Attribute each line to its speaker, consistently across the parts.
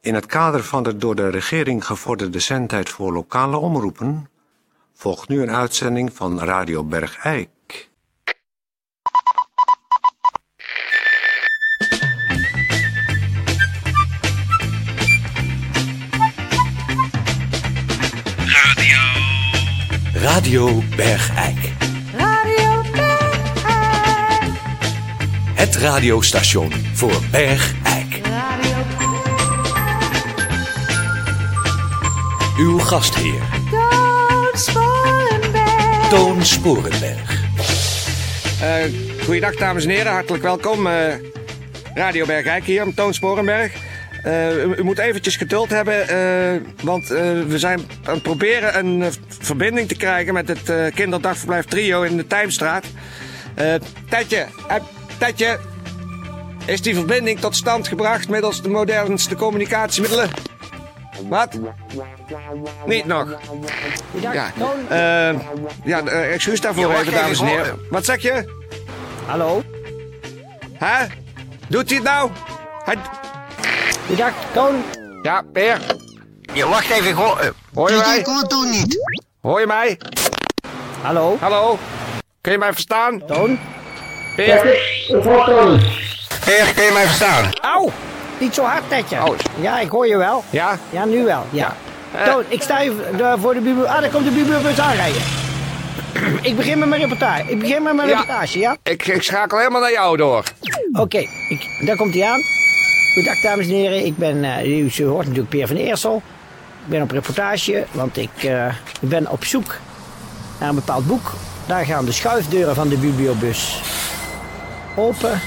Speaker 1: In het kader van de door de regering gevorderde zendtijd voor lokale omroepen volgt nu een uitzending van Radio Bergijk.
Speaker 2: Radio Bergijk.
Speaker 3: Radio Bergijk.
Speaker 2: Het radiostation voor Bergijk.
Speaker 3: Radio
Speaker 2: Uw gastheer,
Speaker 3: Toon Sporenberg.
Speaker 2: Toon Sporenberg.
Speaker 4: Eh, goeiedag dames en heren, hartelijk welkom. eh Radio Bergijk hier, Toon Sporenberg. Eh, u, u moet eventjes geduld hebben, eh, want eh, we zijn aan het proberen een eh, verbinding te krijgen met het eh, kinderdagverblijf Trio in de Tijmstraat. Eh Tetje, eh, Tetje, is die verbinding tot stand gebracht middels de modernste communicatiemiddelen? Wat? Niet nog. Ja, Eh, ja eh, excuus daarvoor even, Oh. dames en heren. Wat zeg je?
Speaker 5: Hallo?
Speaker 4: Hè? Doet hij het nou? Hij...
Speaker 5: Goedendag, Toon.
Speaker 4: Ja, Peer.
Speaker 6: Je wacht even, goh. eh,
Speaker 4: Hoor je
Speaker 6: Die
Speaker 4: mij?
Speaker 6: komt toch niet?
Speaker 4: Hoor je mij?
Speaker 5: Hallo?
Speaker 4: Hallo? Kun je mij verstaan?
Speaker 5: Toon?
Speaker 4: Peer?
Speaker 6: Peer, kun je mij verstaan?
Speaker 5: Au! Niet zo hard, Tetje.
Speaker 4: Oh.
Speaker 5: Ja, ik hoor je wel.
Speaker 4: Ja?
Speaker 5: Ja, nu wel. Ja. Eh. Toon, ik sta even daar voor de bibel... Ah, daar komt de bibelbus aanrijden. ik begin met mijn reportage. Ik begin met mijn
Speaker 4: Ja.
Speaker 5: reportage, ja?
Speaker 4: Ik, ik schakel helemaal naar jou door.
Speaker 5: Oké, ik- daar komt hij aan. Goedendag, dames en heren. Ik ben, eh, u u hoort natuurlijk Peer van Eersel. Ik ben op reportage, want ik eh, ik ben op zoek naar een bepaald boek. Daar gaan de schuifdeuren van de bibliobus open.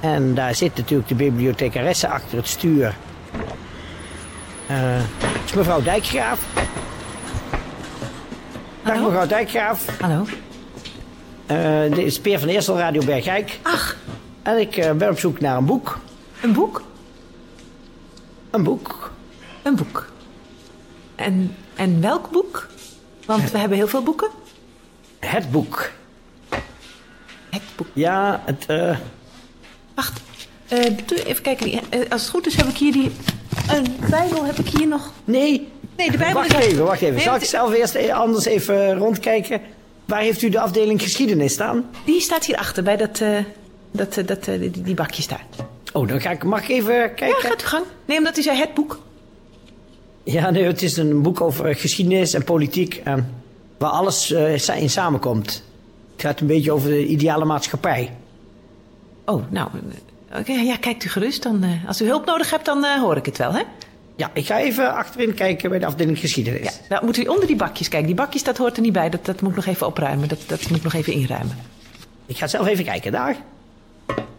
Speaker 5: En daar zit natuurlijk de bibliothecaresse achter het stuur. Eh, dat is mevrouw Dijkgraaf. Dag mevrouw Dijkgraaf.
Speaker 7: Hallo.
Speaker 5: Eh, dit is Peer van Eersel, Radio Bergijk.
Speaker 7: Ach,
Speaker 5: En ik eh, ben op zoek naar een boek.
Speaker 7: een boek?
Speaker 5: Een boek.
Speaker 7: Een boek. En, en welk boek? Want we hebben heel veel boeken.
Speaker 5: Het boek.
Speaker 7: Het boek.
Speaker 5: Ja, het. eh,
Speaker 7: Wacht, eh, doe even kijken. Die- eh, als het goed is heb ik hier die... Een Bijbel heb ik hier nog.
Speaker 5: nee.
Speaker 7: Nee, de Bijbel
Speaker 5: Wacht
Speaker 7: is-
Speaker 5: even, wacht even.
Speaker 7: Nee,
Speaker 5: Zal ik
Speaker 7: het-
Speaker 5: zelf eerst e- anders even rondkijken? Waar heeft u de afdeling geschiedenis staan?
Speaker 7: Die staat hierachter bij dat, eh, dat, eh, dat, eh, die, die bakjes daar.
Speaker 5: Oh, dan ga ik. Mag ik even
Speaker 7: Ja,
Speaker 5: kijken?
Speaker 7: gaat uw gang. Nee, omdat hij zei het boek.
Speaker 5: Ja, nee, het is een boek over geschiedenis en politiek. En waar alles eh, sa- in samenkomt. Het gaat een beetje over de ideale maatschappij.
Speaker 7: Oh, nou... eh, Oké, ja, kijkt u gerust. Dan, eh, als u hulp nodig hebt, dan eh, hoor ik het wel, hè?
Speaker 5: Ja, ik ga even achterin kijken bij de afdeling geschiedenis.
Speaker 7: Ja, nou moet u onder die bakjes kijken. Die bakjes, dat hoort er niet bij. Dat, dat moet ik nog even opruimen. Dat, dat moet ik nog even inruimen.
Speaker 5: Ik ga zelf even kijken, daar.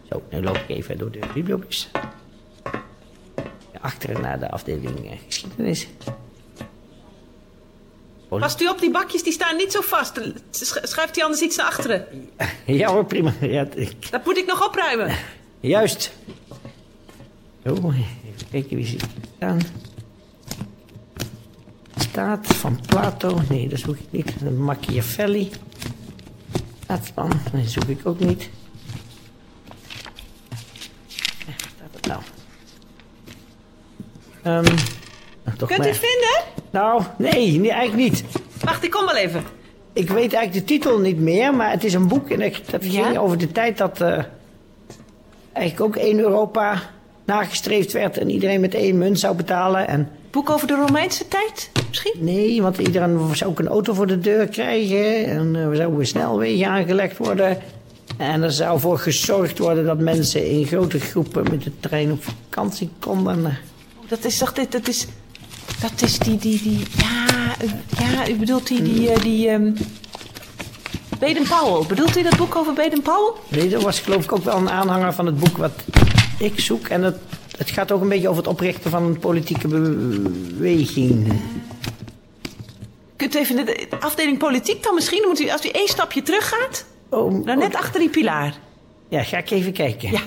Speaker 5: Zo, nu loop ik even door de bibliobus. Achter naar de afdeling eh, geschiedenis.
Speaker 7: Past u op, die bakjes die staan niet zo vast. Sch- Schuift u anders iets naar achteren.
Speaker 5: Ja hoor, prima. Ja, ik-
Speaker 7: Dat moet ik nog opruimen.
Speaker 5: juist. Zo, even kijken wie zit aan. Staat van Plato. Nee, dat zoek ik niet. Machiavelli. Staat van. Nee, zoek ik ook niet. Eh, waar Staat het nou? Ehm, nou, toch
Speaker 7: Kunt u
Speaker 5: maar-
Speaker 7: het vinden?
Speaker 5: Nou, nee, nee, eigenlijk niet.
Speaker 7: Wacht, ik kom wel even.
Speaker 5: Ik weet eigenlijk de titel niet meer, maar het is een boek. En ik- dat
Speaker 7: Ja?
Speaker 5: ging over de tijd dat eh, eigenlijk ook één Europa nagestreefd werd. En iedereen met één munt zou betalen. En
Speaker 7: Boek over de Romeinse tijd, misschien?
Speaker 5: nee, want iedereen zou ook een auto voor de deur krijgen. En eh, er zouden snelwegen aangelegd worden. En er zou voor gezorgd worden dat mensen in grote groepen met de trein op vakantie konden. En, eh,
Speaker 7: Dat is toch dit, dat is... Dat is die, die, die... Ja, u- ja u bedoelt die, die, eh, die... ehm, Baden-Powell. Bedoelt u dat boek over Baden-Powell?
Speaker 5: Nee, dat was geloof ik ook wel een aanhanger van het boek wat ik zoek. En het, het gaat ook een beetje over het oprichten van een politieke beweging.
Speaker 7: Kunt u even naar de afdeling politiek dan misschien? Dan Moet u, als u één stapje terug gaat,
Speaker 5: Oh,
Speaker 7: dan Nou, net
Speaker 5: oh,
Speaker 7: achter die pilaar.
Speaker 5: Ja, ga ik even kijken.
Speaker 7: Ja.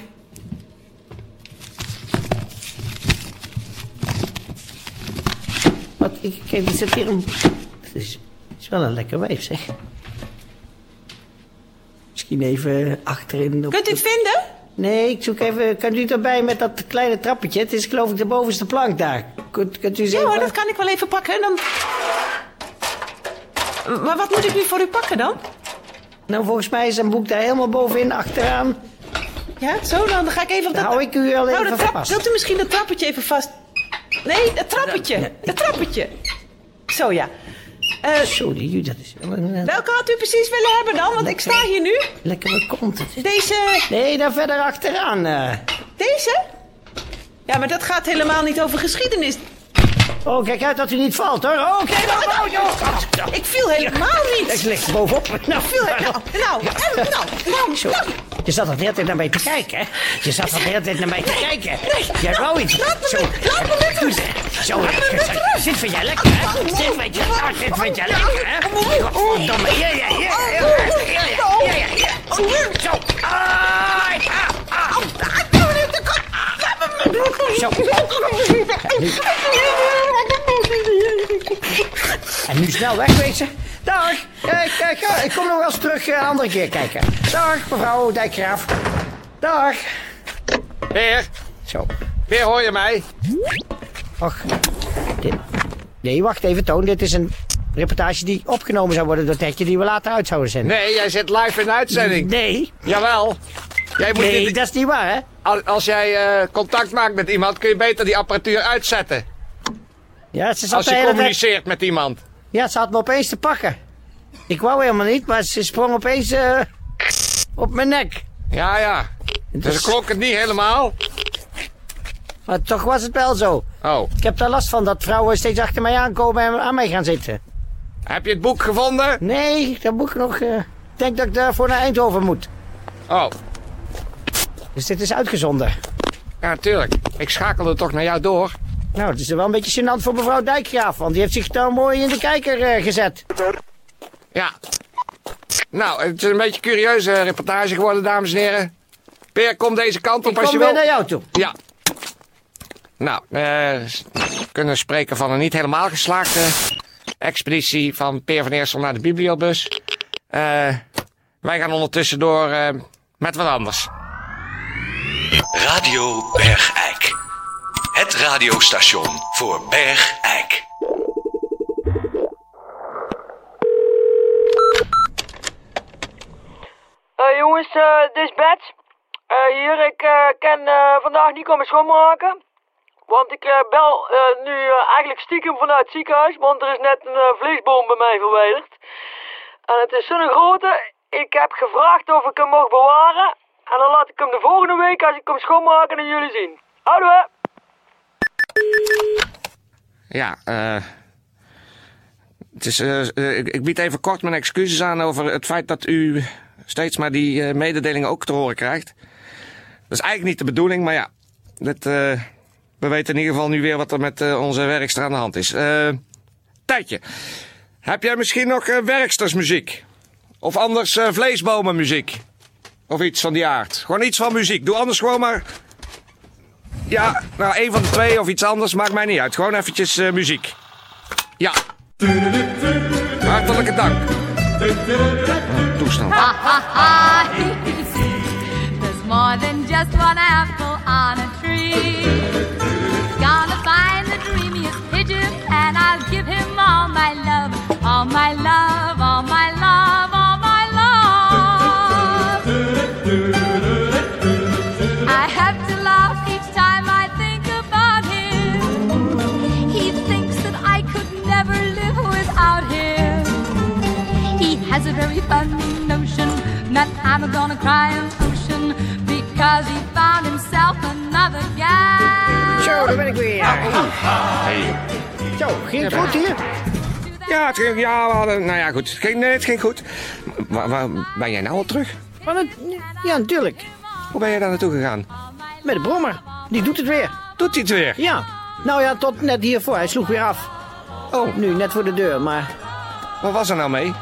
Speaker 5: Wat, ik, kijk, er zit hier een... Het is, het is wel een lekker wijf, zeg. Misschien even achterin op...
Speaker 7: Kunt u het vinden?
Speaker 5: Nee, ik zoek even. Kunt u erbij met dat kleine trappetje? Het is geloof ik de bovenste plank daar. Kunt, kunt u eens
Speaker 7: Ja
Speaker 5: even-
Speaker 7: hoor, dat kan ik wel even pakken. Dan... Maar wat moet ik nu voor u pakken dan?
Speaker 5: Nou, volgens mij is een boek daar helemaal bovenin achteraan.
Speaker 7: Ja, zo dan. Dan ga ik even op dat...
Speaker 5: Dan hou ik u al
Speaker 7: Nou,
Speaker 5: even
Speaker 7: dat trap-
Speaker 5: vast.
Speaker 7: Wilt u misschien dat trappetje even vast... Nee, dat trappetje. Dat trappetje. Zo ja. Eh,
Speaker 5: Sorry, dat is wel een eh,
Speaker 7: welke had u precies willen hebben dan? Want ik sta hier nu.
Speaker 5: lekkere kont. Het is-
Speaker 7: Deze...
Speaker 5: Nee, daar verder achteraan. eh.
Speaker 7: Deze? Ja, maar dat gaat helemaal niet over geschiedenis.
Speaker 5: Oh, kijk uit dat u niet valt, hoor. Oh, kijk
Speaker 7: maar
Speaker 5: uit.
Speaker 7: nou, joh. Ik viel helemaal
Speaker 5: Ik
Speaker 7: niet.
Speaker 5: ligt bovenop. Nou,
Speaker 7: Ik viel helemaal... Nou, nou, nou, nou,
Speaker 5: Zo.
Speaker 7: nou.
Speaker 5: Je zat al de hele tijd naar mij te kijken, hè? Je zat al de hele tijd naar mij te kijken.
Speaker 7: nee,
Speaker 5: Jij
Speaker 7: laat-
Speaker 5: wou iets.
Speaker 7: laat me
Speaker 5: Zo.
Speaker 7: met- laat me met rust.
Speaker 5: Zo.
Speaker 7: Laat me met rust.
Speaker 5: Dit vind jij lekker, hè?
Speaker 7: Oh,
Speaker 5: Dit vind jij,
Speaker 7: oh,
Speaker 5: oh, dit vind jij
Speaker 7: oh,
Speaker 5: lekker, hè?
Speaker 7: oh, oh, oh.
Speaker 5: Godverdomme. Ja, ja, ja. ja, ja, ja, ja, ja, ja. Zo. Ai, ah, ah. Zo. En nu snel wegwezen. Dag. Kijk, kijk, ja, ik kom nog wel eens terug eh, een andere keer kijken. Dag, mevrouw Dijkgraaf. Dag.
Speaker 4: Peer,
Speaker 5: Zo.
Speaker 4: Peer, hoor je mij?
Speaker 5: Och, dit... Nee, wacht even, Toon. Dit is een reportage die opgenomen zou worden door Tetje, die we later uit zouden zenden.
Speaker 4: Nee, jij zit live in de uitzending.
Speaker 5: Nee,
Speaker 4: Jawel. Jij moet
Speaker 5: nee,
Speaker 4: dit-
Speaker 5: dat is niet waar, hè?
Speaker 4: al- als jij eh, contact maakt met iemand, kun je beter die apparatuur uitzetten.
Speaker 5: Ja, ze zat
Speaker 4: Als
Speaker 5: de
Speaker 4: je
Speaker 5: hele tijd-
Speaker 4: communiceert met iemand.
Speaker 5: Ja, ze had me opeens te pakken. Ik wou helemaal niet, maar ze sprong opeens eh, op mijn nek.
Speaker 4: Ja, ja. Dus klonk het niet helemaal.
Speaker 5: Maar toch was het wel zo.
Speaker 4: Oh.
Speaker 5: Ik heb daar last van dat vrouwen steeds achter mij aankomen en aan mij gaan zitten.
Speaker 4: Heb je het boek gevonden?
Speaker 5: Nee, dat moet ik nog. eh, ik denk dat ik daarvoor naar Eindhoven moet.
Speaker 4: Oh,
Speaker 5: Dus dit is uitgezonden.
Speaker 4: ja, natuurlijk. Ik schakelde toch naar jou door.
Speaker 5: Nou, het is wel een beetje gênant voor mevrouw Dijkgraaf, want die heeft zich nou mooi in de kijker eh, gezet.
Speaker 4: Ja. Nou, het is een beetje een curieuze reportage geworden, dames en heren. Peer, kom deze kant op
Speaker 5: Ik
Speaker 4: als je wil.
Speaker 5: kom weer naar jou toe.
Speaker 4: Ja. Nou, eh, s- kunnen spreken van een niet helemaal geslaagde expeditie van Peer van Eersel naar de bibliobus. Eh, wij gaan ondertussen door eh, met wat anders.
Speaker 2: Radio Bergijk. Het radiostation voor Bergijk.
Speaker 8: Eh, jongens, eh, dit is Bets. Eh, hier, ik eh, kan eh, vandaag niet komen schoonmaken. Want ik eh, bel eh, nu eh, eigenlijk stiekem vanuit het ziekenhuis, want er is net een eh, vleesboom bij mij verwijderd. En het is zo'n grote, ik heb gevraagd of ik hem mocht bewaren. En dan laat ik hem de volgende week, als ik hem schoonmaken, aan jullie zien. Houden we!
Speaker 4: Ja, eh. het is, eh, eh, ik, ik bied even kort mijn excuses aan over het feit dat u steeds maar die eh, mededelingen ook te horen krijgt. Dat is eigenlijk niet de bedoeling, maar ja. Dit, eh, we weten in ieder geval nu weer wat er met eh, onze werkster aan de hand is. Eh tijdje. Heb jij misschien nog eh, werkstersmuziek? Of anders eh, vleesbomenmuziek? Of iets van die aard. Gewoon iets van muziek. Doe anders gewoon maar ja, nou, één van de twee of iets anders maakt mij niet uit. Gewoon eventjes eh, muziek. Ja. Hartelijke dank. Toestand.
Speaker 9: There's more than just one apple on a tree. Gonna find the dreamiest pigeon, and I'll give him all my love, all my love, all my love, all my love. I have to laugh each time I think about him. He thinks that I could never live without him. He has a very funny notion that I'm gonna cry an ocean because he found himself another guy.
Speaker 5: Zo, daar ben ik weer. Zo, ging het goed hier?
Speaker 4: Ja, het ging, ja, we hadden, nou ja, goed. Het ging, nee, het ging goed. Waar, waar ben jij nou al terug?
Speaker 5: Maar dat- ja, natuurlijk.
Speaker 4: Hoe ben jij daar naartoe gegaan?
Speaker 5: Met de brommer. Die doet het weer.
Speaker 4: Doet hij het weer?
Speaker 5: Ja. Nou ja, tot net hiervoor. Hij sloeg weer af.
Speaker 4: Oh,
Speaker 5: Nu, net voor de deur. Maar
Speaker 4: wat was er nou mee?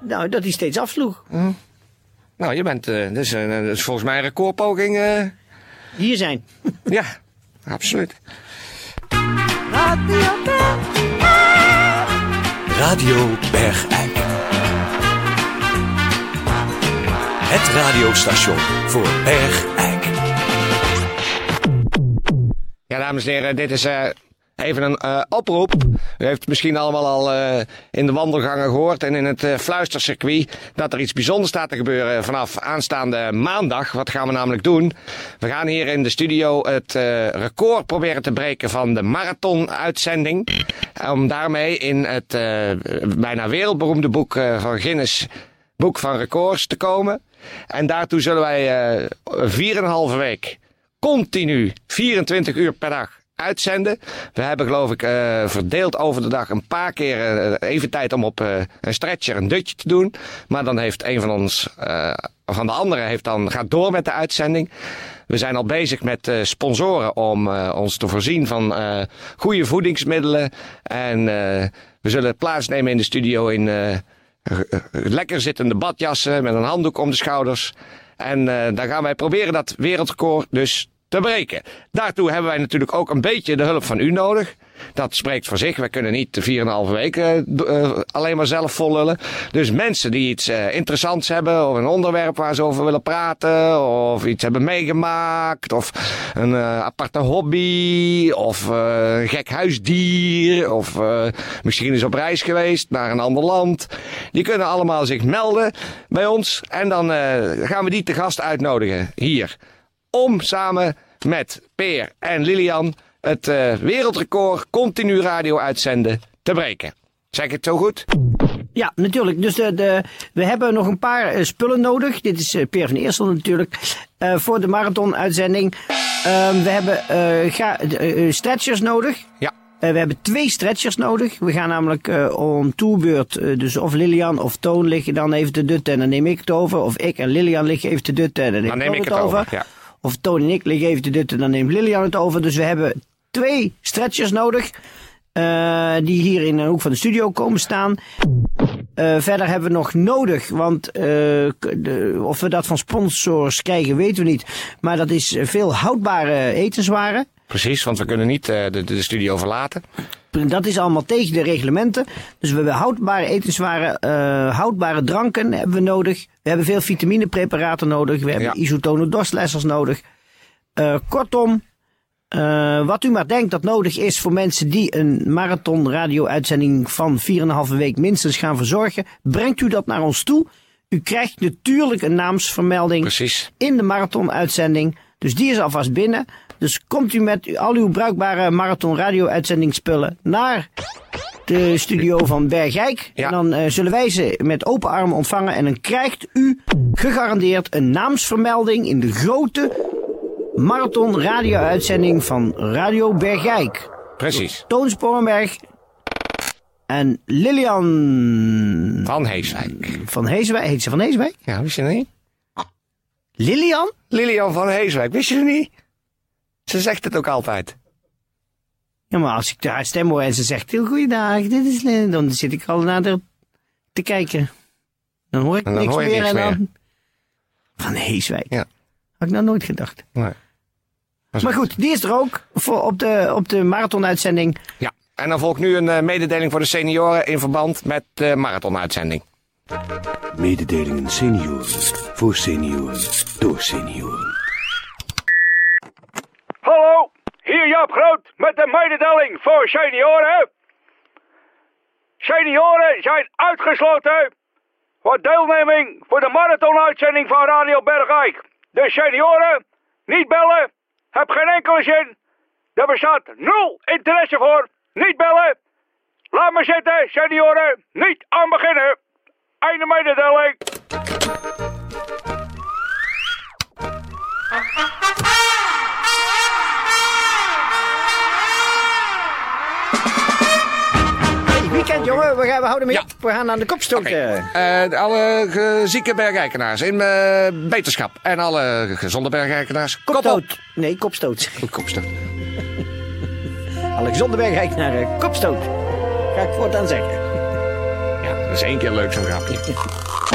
Speaker 5: nou, dat hij steeds afsloeg.
Speaker 4: Nou, je bent, eh dit, is, een- eh, dit is volgens mij een recordpoging. eh.
Speaker 5: Hier zijn.
Speaker 4: ja, absoluut.
Speaker 2: Radio Bergijk. Het radiostation voor Bergijk.
Speaker 4: dames en heren, dit is eh, even een eh, oproep. U heeft het misschien allemaal al eh, in de wandelgangen gehoord en in het eh, fluistercircuit dat er iets bijzonders staat te gebeuren vanaf aanstaande maandag. Wat gaan we namelijk doen? We gaan hier in de studio het eh, record proberen te breken van de marathon-uitzending. Om daarmee in het eh, bijna wereldberoemde boek eh, van Guinness, boek van records, te komen. En daartoe zullen wij eh 4,5 week continu 24 uur per dag uitzenden. We hebben geloof ik eh, verdeeld over de dag een paar keer eh, even tijd om op eh, een stretcher een dutje te doen. Maar dan heeft een van ons, eh, van de anderen, heeft dan, gaat door met de uitzending. We zijn al bezig met eh, sponsoren om eh, ons te voorzien van eh, goede voedingsmiddelen. En eh, we zullen plaatsnemen in de studio in... eh, lekker zittende badjassen met een handdoek om de schouders. En eh, dan gaan wij proberen dat wereldrecord dus te breken. Daartoe hebben wij natuurlijk ook een beetje de hulp van u nodig. Dat spreekt voor zich. Wij kunnen niet de 4,5 weken eh, alleen maar zelf volhullen. Dus mensen die iets eh, interessants hebben, of een onderwerp waar ze over willen praten, of iets hebben meegemaakt, of een eh, aparte hobby, of eh, een gek huisdier, of eh, misschien is op reis geweest naar een ander land. Die kunnen allemaal zich melden bij ons en dan eh, gaan we die te gast uitnodigen hier. Om samen met Peer en Lilian het eh, wereldrecord continu radio uitzenden te breken. Zeg ik het zo goed?
Speaker 5: Ja, natuurlijk. Dus de, de, we hebben nog een paar eh, spullen nodig. Dit is eh, Peer van Eersel natuurlijk. eh, voor de marathon-uitzending. Ehm, we hebben eh, ga- eh, eh, stretchers nodig.
Speaker 4: Ja.
Speaker 5: Eh, we hebben twee stretchers nodig. We gaan namelijk eh, om toerbeurt, eh, dus of Lilian of Toon liggen dan even te dutten en dan neem ik het over. Of ik en Lilian liggen even te dutten en dan neem,
Speaker 4: Dan neem
Speaker 5: Toon
Speaker 4: ik het over, ja.
Speaker 5: Of Toon en ik liggen even te dutten en dan neemt Lilian het over. Dus we hebben twee stretchers nodig. eh, die hier in een hoek van de studio komen staan. Eh, verder hebben we nog nodig, want eh, k- de- of we dat van sponsors krijgen weten we niet. Maar dat is veel houdbare etenswaren.
Speaker 4: Precies, want we kunnen niet eh, de, de studio verlaten.
Speaker 5: Dat is allemaal tegen de reglementen. Dus we hebben houdbare etenswaren, eh, houdbare dranken hebben we nodig. We hebben veel vitaminepreparaten nodig. We hebben
Speaker 4: Ja.
Speaker 5: isotone dorstlessers nodig. Eh, kortom, eh, wat u maar denkt dat nodig is voor mensen die een marathon radio-uitzending van 4,5 week minstens gaan verzorgen, brengt u dat naar ons toe. U krijgt natuurlijk een naamsvermelding
Speaker 4: Precies.
Speaker 5: in de marathon-uitzending. Dus die is alvast binnen. Dus komt u met u- al uw bruikbare marathon radio uitzendingsspullen naar de studio van Bergijk.
Speaker 4: Ja.
Speaker 5: En dan eh, zullen wij ze met open armen ontvangen. En dan krijgt u gegarandeerd een naamsvermelding in de grote marathon radio uitzending van Radio Bergijk.
Speaker 4: Precies.
Speaker 5: Toon Sporenberg en Lilian
Speaker 4: Van Heeswijk.
Speaker 5: van Heeswijk. Heet ze van Heeswijk?
Speaker 4: Ja, wist je dat niet?
Speaker 5: Lilian?
Speaker 4: Lilian van Heeswijk, wist je dat niet? Ze zegt het ook altijd.
Speaker 5: Ja, maar als ik haar stem hoor en ze zegt, heel goeiedag, dit is Lin, dan zit ik al naar haar te kijken. Dan hoor ik
Speaker 4: En dan
Speaker 5: niks
Speaker 4: hoor je
Speaker 5: meer
Speaker 4: niks
Speaker 5: en dan...
Speaker 4: meer.
Speaker 5: Van Heeswijk.
Speaker 4: Ja.
Speaker 5: Had ik nou nooit gedacht.
Speaker 4: Nee.
Speaker 5: Maar goed, die is er ook voor op de, op de marathon-uitzending.
Speaker 4: Ja, en dan volgt nu een eh, mededeling voor de senioren in verband met de marathonuitzending.
Speaker 2: Mededelingen senioren. Voor senioren. Door senioren.
Speaker 8: Hallo, hier Jaap Groot met de mededeling voor senioren. Senioren zijn uitgesloten voor deelneming voor de marathonuitzending van Radio Bergijk. Dus senioren, niet bellen, heb geen enkele zin. Daar bestaat nul interesse voor, niet bellen. Laat me zitten, senioren, niet aan beginnen. Einde mededeling.
Speaker 5: Weekend, jongen, we, gaan, we houden mee
Speaker 4: Ja.
Speaker 5: op. We gaan aan de kop stoten.
Speaker 4: Eh, alle eh, zieke bergijkenaars in eh, beterschap. En alle gezonde bergijkenaars. Kop op.
Speaker 5: Kopstoot. Nee, kopstoot.
Speaker 4: Kopstoot.
Speaker 5: Alexander Bergrijk naar eh, kopstoot. Ga ik voortaan zeggen.
Speaker 4: Ja, dat is één keer leuk zo'n grapje.